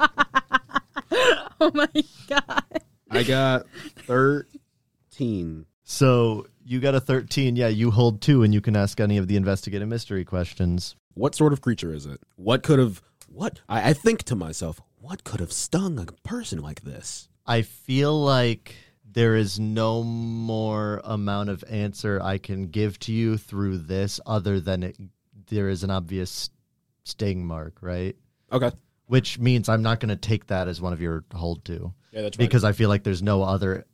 Oh my god.
I got thirteen.
so you got a 13. Yeah, you hold two and you can ask any of the investigate a mystery questions.
What sort of creature is it? What could have? What I, I think to myself, what could have stung a person like this?
I feel like there is no more amount of answer I can give to you through this other than it, there is an obvious sting mark, right?
Okay.
Which means I'm not going to take that as one of your hold to
Yeah, that's
because I feel like there's no other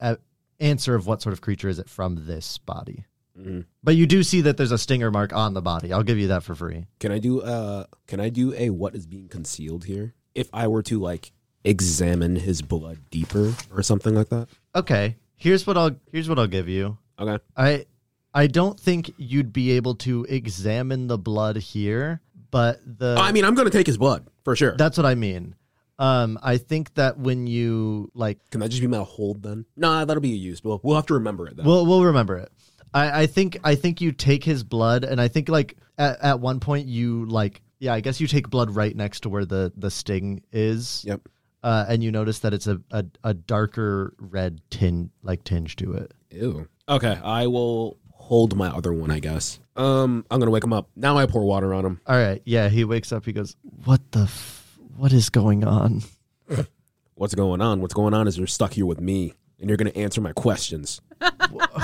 uh, answer of what sort of creature is it from this body.
Mhm.
But you do see that there's a stinger mark on the body. I'll give you that for free.
Can I do uh can I do a what is being concealed here? If I were to like examine his blood deeper or something like that?
Okay, here's what I'll here's what I'll give you.
Okay.
I I don't think you'd be able to examine the blood here, but the
I mean, I'm going to take his blood for sure.
that's what I mean. Um, I think that when you like,
can that just be my hold then? Nah, that'll be a use. We'll, we'll have to remember it then.
we'll we'll remember it. I, I think I think you take his blood, and I think like at, at one point you like yeah, I guess you take blood right next to where the the sting is.
yep.
Uh, and you notice that it's a, a, a darker red tin like tinge to it.
Ew. Okay, I will hold my other one, I guess. Um, I'm going to wake him up. Now I pour water on him.
All right, yeah. He wakes up. He goes, "What the? F- what is going on?"
What's going on? What's going on is you're stuck here with me and you're going to answer my questions.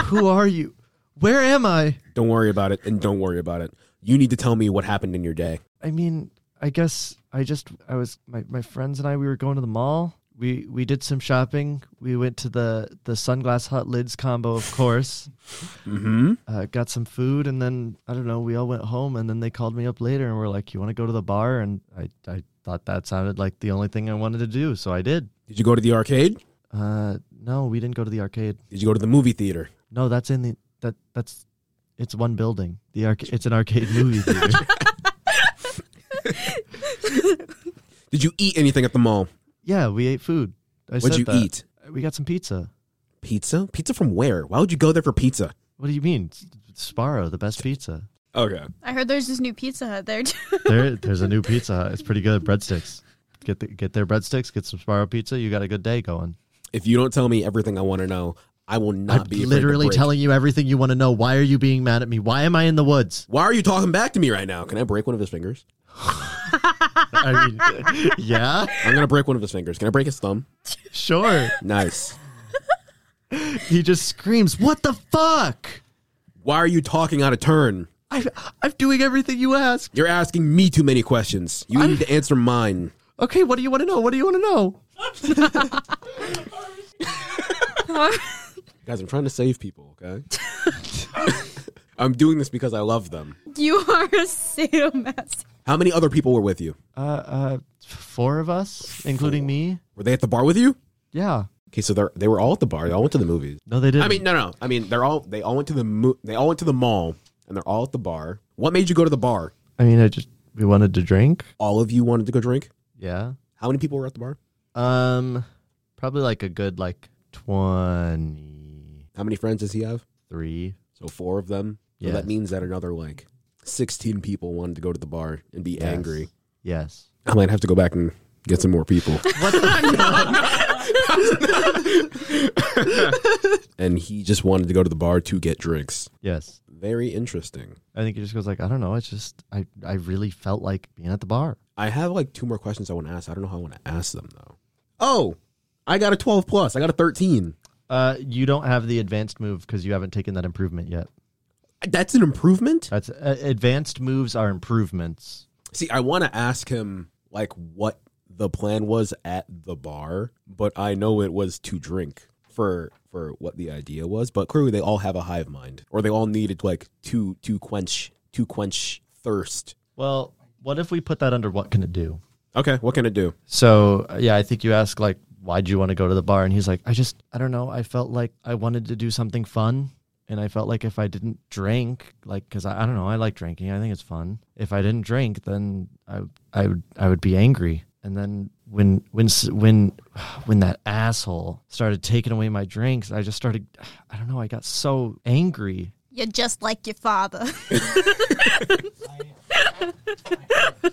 Who are you? Where am I?
Don't worry about it and don't worry about it. You need to tell me what happened in your day.
I mean, I guess I just I was my, my friends and I we were going to the mall. We we did some shopping. We went to the the sunglass hut lids combo, of course.
Mhm.
Uh, got some food and then I don't know. We all went home and then they called me up later and were like, "You want to go to the bar?" And I I thought that sounded like the only thing I wanted to do, so I did.
Did you go to the arcade?
Uh, no, we didn't go to the arcade.
Did you go to the movie theater?
No, that's in the that that's it's one building. The arc it's an arcade movie theater.
Did you eat anything at the mall?
yeah, we ate food. I
What'd
said
you
that.
eat?
We got some pizza.
Pizza? Pizza from where? Why would you go there for pizza?
What do you mean? S- Sparrow, the best pizza.
Okay.
I heard there's this new Pizza Hut there too.
There, there's a new Pizza Hut. It's pretty good. Breadsticks. Get the, get their breadsticks. Get some Sparrow pizza. You got a good day going.
If you don't tell me everything I want to know, I will not
I'm
be afraid to
literally
break.
telling you everything you want to know. Why are you being mad at me? Why am I in the woods?
Why are you talking back to me right now? Can I break one of his fingers?
I mean, yeah,
I'm gonna break one of his fingers. Can I break his thumb?
sure.
Nice.
He just screams, "What the fuck!"
Why are you talking out of turn?
I, I'm doing everything you ask.
You're asking me too many questions. You need to answer mine.
Okay, what do you want to know? What do you want to know?
Guys, I'm trying to save people, okay? I'm doing this because I love them.
you are a sadomasochist.
How many other people were with you?
Uh, uh, four of us, including me.
Were they at the bar with you?
Yeah.
Okay, so they're, they were all at the bar. They all went to the movies.
No, they didn't.
I mean, no, no. I mean, they're all they all went to the mo- they all went to the mall and they're all at the bar. What made you go to the bar?
I mean, I just we wanted to drink.
All of you wanted to go drink.
Yeah.
How many people were at the bar?
Um, probably like a good like twenty
How many friends does he have?
three.
So four of them. So
Yes.
that means that another like sixteen people wanted to go to the bar and be angry.
Yes.
I might have to go back and get some more people. and he just wanted to go to the bar to get drinks.
Yes.
Very interesting.
I think it just goes like, I don't know. It's just, I, I really felt like being at the bar.
I have like two more questions I want to ask. I don't know how I want to ask them though. Oh, I got a twelve plus. I got a thirteen.
Uh, you don't have the advanced move because you haven't taken that improvement yet.
That's an improvement.
That's uh, advanced moves are improvements.
See, I want to ask him like what the plan was at the bar, but I know it was to drink for for what the idea was. But clearly, they all have a hive mind, or they all needed like to to quench to quench thirst.
Well, what if we put that under what can it do?
Okay, what can it do?
So uh, yeah, I think you ask like, why do you want to go to the bar? And he's like, I just, I don't know. I felt like I wanted to do something fun, and I felt like if I didn't drink, like, because I, I don't know, I like drinking. I think it's fun. If I didn't drink, then I, I would, I would be angry. And then when, when, s- when, when that asshole started taking away my drinks, I just started, I don't know, I got so angry.
You're just like your father.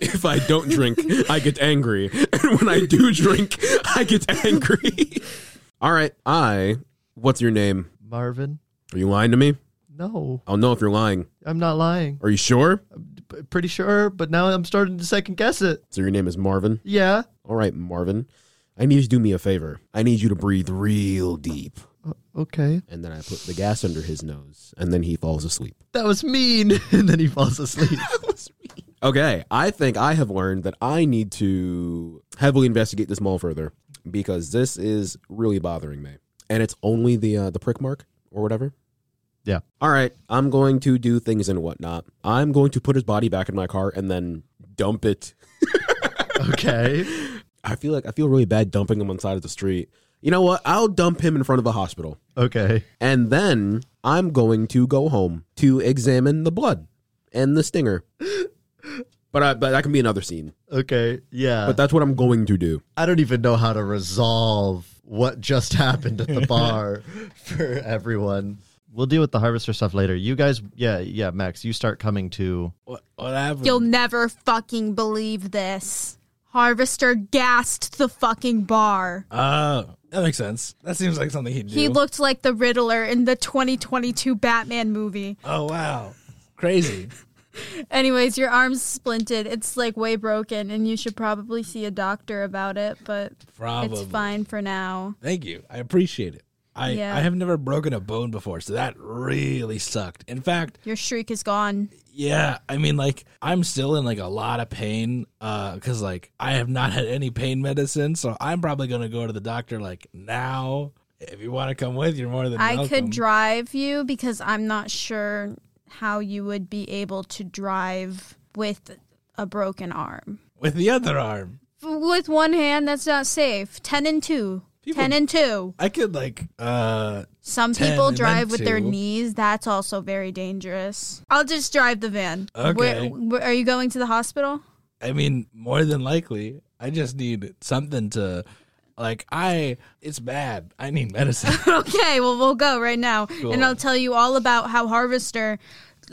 If I don't drink, I get angry, and when I do drink, I get angry. all right, I. What's your name?
Marvin,
Are you lying to me?
no,
I'll know if you're lying.
I'm not lying.
Are you sure?
P- pretty sure, but now I'm starting to second guess it.
So your name is Marvin.
Yeah.
All right, Marvin. I need you to do me a favor. I need you to breathe real deep.
Okay.
And then I put the gas under his nose, and then he falls asleep.
that was mean. and then he falls asleep.
Okay, I think I have learned that I need to heavily investigate this mall further because this is really bothering me. And it's only the uh, the prick mark or whatever.
Yeah.
All right, I'm going to do things and whatnot. I'm going to put his body back in my car and then dump it
okay.
I feel like I feel really bad dumping him on the side of the street. You know what? I'll dump him in front of a hospital.
Okay.
And then I'm going to go home to examine the blood and the stinger. But I, but that can be another scene.
Okay. Yeah.
But that's what I'm going to do.
I don't even know how to resolve what just happened at the bar for everyone. We'll deal with the harvester stuff later. You guys, yeah, yeah, Max, you start coming to.
What, what happened?
You'll never fucking believe this. Harvester gassed the fucking bar.
Uh, that makes sense. That seems like something he'd do.
He looked like the Riddler in the 2022 Batman movie.
oh wow, crazy.
Anyways, your arm's splinted. It's like way broken, and you should probably see a doctor about it, but
Probably.
it's fine for now.
Thank you. I appreciate it. I
Yeah.
I have never broken a bone before, so that really sucked. In fact,
Your shriek is gone.
yeah, I mean, like I'm still in like a lot of pain, uh, because like I have not had any pain medicine, so I'm probably gonna go to the doctor like now. If you want to come with, you're more than
I could
welcome.
drive you because I'm not sure how you would be able to drive with a broken arm.
with the other arm.
With one hand, that's not safe. 10 and 2.
People-
10 and 2.
I could like uh
Some
10
people
and
drive
then
with their
two.
knees. That's also very dangerous. I'll just drive the van. Where-
Okay.
where- are you going to the hospital?
I mean, more than likely, I just need something to like I it's bad. I need medicine.
okay, well, we'll go right now. And I'll
Cool.
tell you all about how Harvester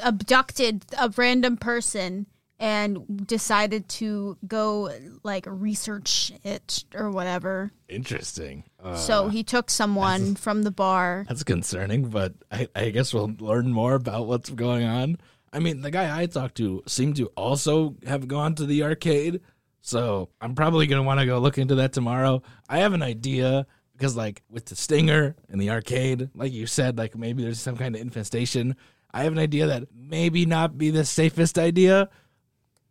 abducted a random person and decided to go, like, research it or whatever.
Interesting. Uh,
so he took someone from the bar.
that's concerning, but I, I guess we'll learn more about what's going on. I mean, the guy I talked to seemed to also have gone to the arcade, so I'm probably gonna want to go look into that tomorrow. I have an idea because, like, with the stinger and the arcade, like you said, like maybe there's some kind of infestation. I have an idea that maybe not be the safest idea,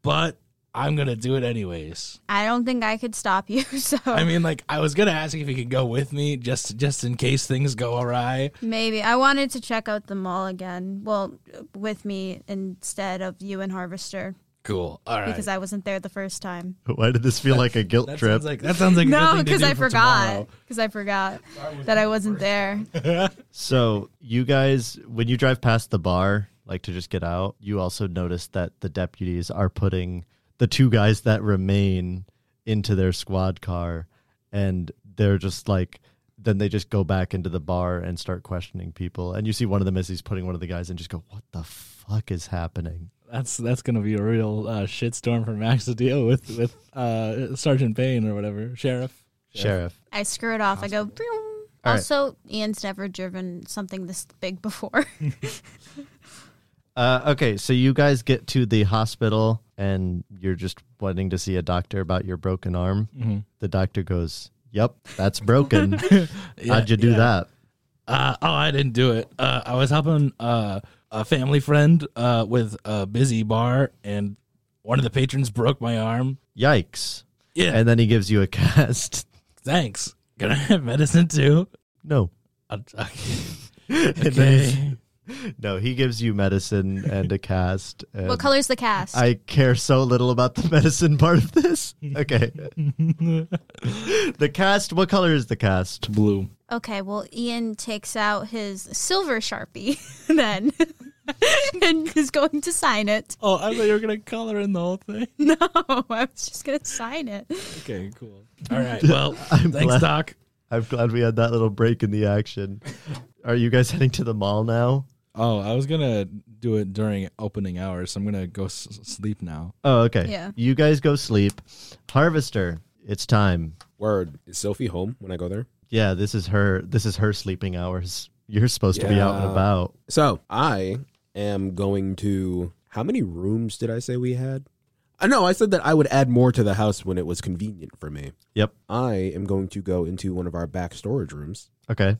but I'm gonna do it anyways.
I don't think I could stop you, so
I mean, like, I was gonna ask if you could go with me just just in case things go awry.
maybe. I wanted to check out the mall again. Well, with me instead of you and Harvester
Cool. All right.
because I wasn't there the first time.
Why did this feel like a guilt
that
trip?
sounds like that sounds like a good
No,
thing to
because
do
I
for
forgot.
tomorrow.
Because I forgot that I wasn't there.
so, you guys, when you drive past the bar, like to just get out, you also notice that the deputies are putting the two guys that remain into their squad car, and they're just like, then they just go back into the bar and start questioning people. And you see one of them as he's putting one of the guys in, just go, "What the fuck is happening?"
That's that's gonna be a real uh, shitstorm for Max to deal with with uh, Sergeant Payne or whatever sheriff.
Sheriff.
I screw it off. I go. "Broom."
All right.
Also, Ian's never driven something this big before.
Uh, okay, so you guys get to the hospital and you're just wanting to see a doctor about your broken arm.
Mm-hmm.
The doctor goes, "Yep, that's broken. How'd you do
yeah.
that?"
Uh, oh, I didn't do it. Uh, I was helping uh, a family friend uh, with a busy bar, and one of the patrons broke my arm.
Yikes!
Yeah,
And then he gives you a cast.
thanks. Gonna have medicine too.
No,
Uh,
And then he's-
Okay.
no, he gives you medicine and a cast. And
what color's the cast?
I care so little about the medicine part of this. Okay. the cast. What color is the cast?
Blue.
okay, well, Ian takes out his silver sharpie then, and is going to sign it.
Oh, I thought you were gonna color in the whole thing.
No, I was just going to sign it.
Okay, cool. All right. Well, thanks,
glad-
Doc.
I'm glad we had that little break in the action. Are you guys heading to the mall now?
Oh, I was gonna do it during opening hours. So I'm gonna go s- sleep now.
Oh, okay.
Yeah.
You guys go sleep. Harvester, it's time.
Word. Is Sophie home when I go there?
Yeah, this is her. This is her sleeping hours. You're supposed to be out and
Yeah.
about.
So I am going to. How many rooms did I say we had? Uh, no, I said that I would add more to the house when it was convenient for me.
Yep.
I am going to go into one of our back storage rooms
Okay.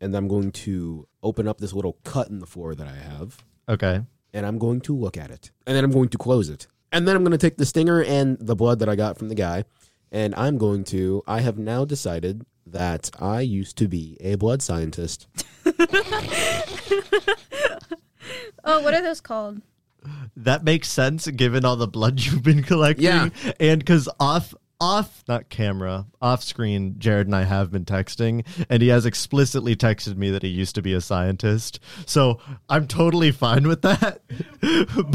and I'm going to open up this little cut in the floor that I have
Okay.
and I'm going to look at it and then I'm going to close it. And then I'm going to take the stinger and the blood that I got from the guy and I'm going to. I have now decided that I used to be a blood scientist.
Oh, what are those called?
That makes sense given all the blood you've been collecting.
Yeah.
And because off, off, not camera, off screen, Jared and I have been texting, and he has explicitly texted me that he used to be a scientist. So I'm totally fine with that.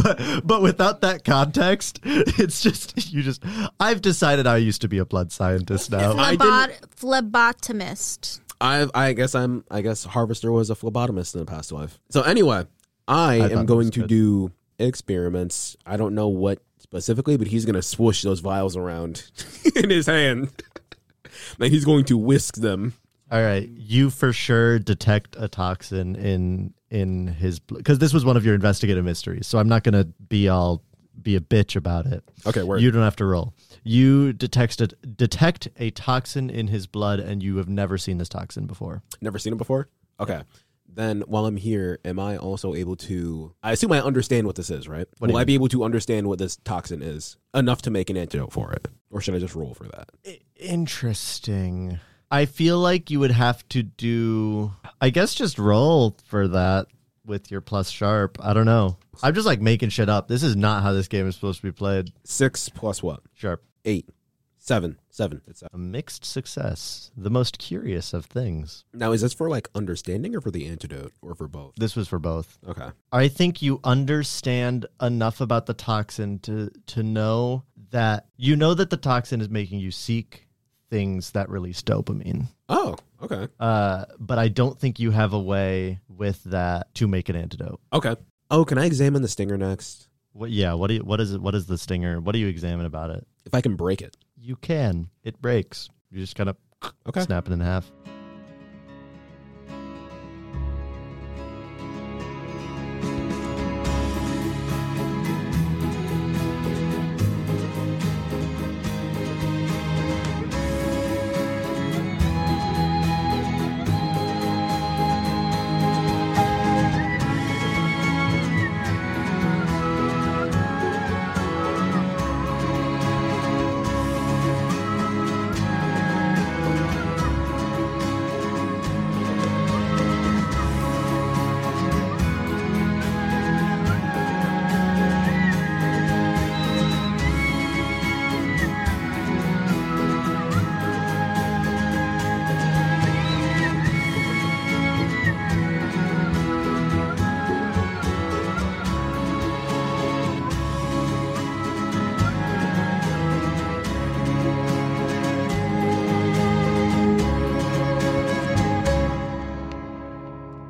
but, but without that context, it's just, you just, I've decided I used to be a blood scientist now.
I
Phlebot- phlebotomist.
I I guess I'm I guess Harvester was a phlebotomist in a past life. So anyway, I,
thought that
am going
was
to
good.
do experiments. I don't know what specifically, but he's gonna swoosh those vials around in his hand. and he's going to whisk them.
All right, you for sure detect a toxin in in his because this was one of your investigative mysteries. So I'm not gonna be all be a bitch about it.
Okay, word.
You don't have to roll. You detect a, detect a toxin in his blood, and you have never seen this toxin before.
Never seen it before? Okay. Then while I'm here, am I also able to I assume I understand what this is, right?
do
Will
you
I be able to understand what this toxin is enough to make an antidote for it? Or should I just roll for that?
Interesting. I feel like you would have to do. I guess just roll for that with your plus sharp. I don't know. I'm just like making shit up. This is not how this game is supposed to be played.
Six plus what?
Sharp.
Eight. Seven. Seven. It's seven.
A mixed success, the most curious of things.
Now, is this for like understanding or for the antidote or for both?
This was for both.
Okay.
I think you understand enough about the toxin to to know that you know that the toxin is making you seek things that release dopamine.
Oh, okay.
Uh, but I don't think you have a way with that to make an antidote.
Okay. Oh, can I examine the stinger next?
What? Yeah. What do you? What is it? What is the stinger? What do you examine about it?
If I can break it.
You can. It breaks. You just kind of
Okay.
snap it in half.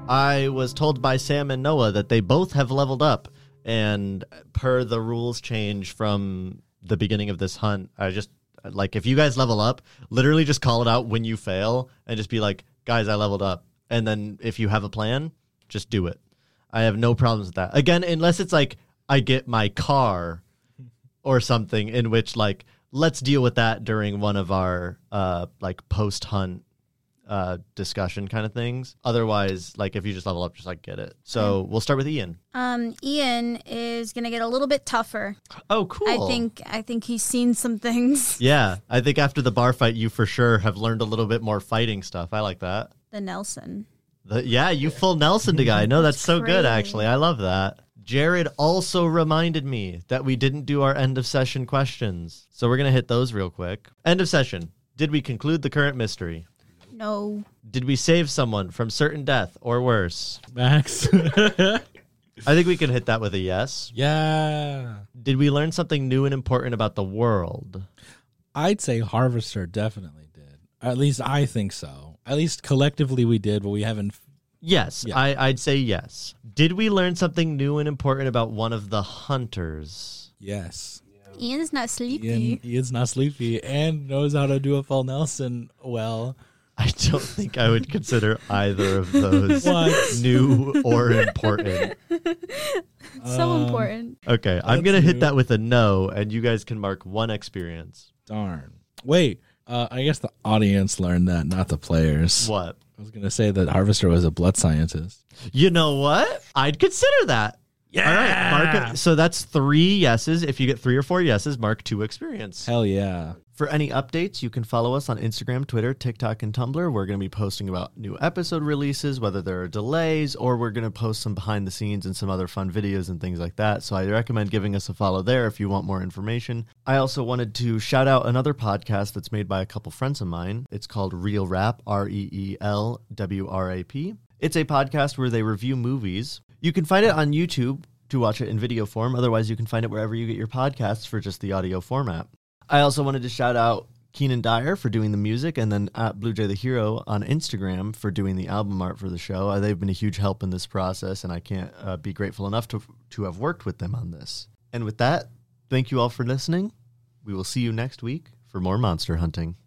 I was told by Sam and Noah that they both have leveled up, and per the rules change from the beginning of this hunt, I just like if you guys level up, literally just call it out when you fail and just be like, guys, I leveled up, and then if you have a plan, just do it. I have no problems with that. Again, unless it's like I get my car or something in which like let's deal with that during one of our uh like post hunt uh discussion kind of things otherwise like if you just level up just like get it so
Mm.
we'll start with ian
Um, Ian is gonna get a little bit tougher.
oh cool
I think I think he's seen some things.
yeah i think after the bar fight you for sure have learned a little bit more fighting stuff i like that
The Nelson.
The- yeah you full nelson to guy no that's so good
crazy.
actually i love that jared also reminded me that we didn't do our end of session questions so we're gonna hit those real quick end of session did we conclude the current mystery
No.
Did we save someone from certain death or worse?
Max.
I think we can hit that with a yes.
yeah.
Did we learn something new and important about the world?
I'd say Harvester definitely did. At least I think so. At least collectively we did, but we haven't.
Yes,
Yeah.
I, I'd say yes. Did we learn something new and important about one of the hunters?
Yes.
Ian's not sleepy.
Ian, Ian's not sleepy and knows how to do a full Nelson well.
I don't think I would consider either of those
What?
new or important.
It's so important.
Okay, I'm going to
new.
hit that with a no, and you guys can mark one experience.
Darn. Wait. Uh, I guess the audience learned that, not the players.
What?
I was gonna say that Harvester was a blood scientist.
You know what? I'd consider that. Yeah. All right. Mark it. So that's three yeses. If you get three or four yeses, mark two experience.
Hell yeah!
For any updates, you can follow us on Instagram, Twitter, TikTok, and Tumblr. We're going to be posting about new episode releases, whether there are delays, or we're going to post some behind the scenes and some other fun videos and things like that. So I recommend giving us a follow there if you want more information. I also wanted to shout out another podcast that's made by a couple friends of mine. It's called Real Rap, R E E L W R A P. It's a podcast where they review movies. You can find it on YouTube to watch it in video form. Otherwise, you can find it wherever you get your podcasts for just the audio format. I also wanted to shout out Keenan Dyer for doing the music, and then at Blue Jay the Hero on Instagram for doing the album art for the show. Uh, They've been a huge help in this process, and I can't uh, be grateful enough to to have worked with them on this. And with that, thank you all for listening. We will see you next week for more monster hunting.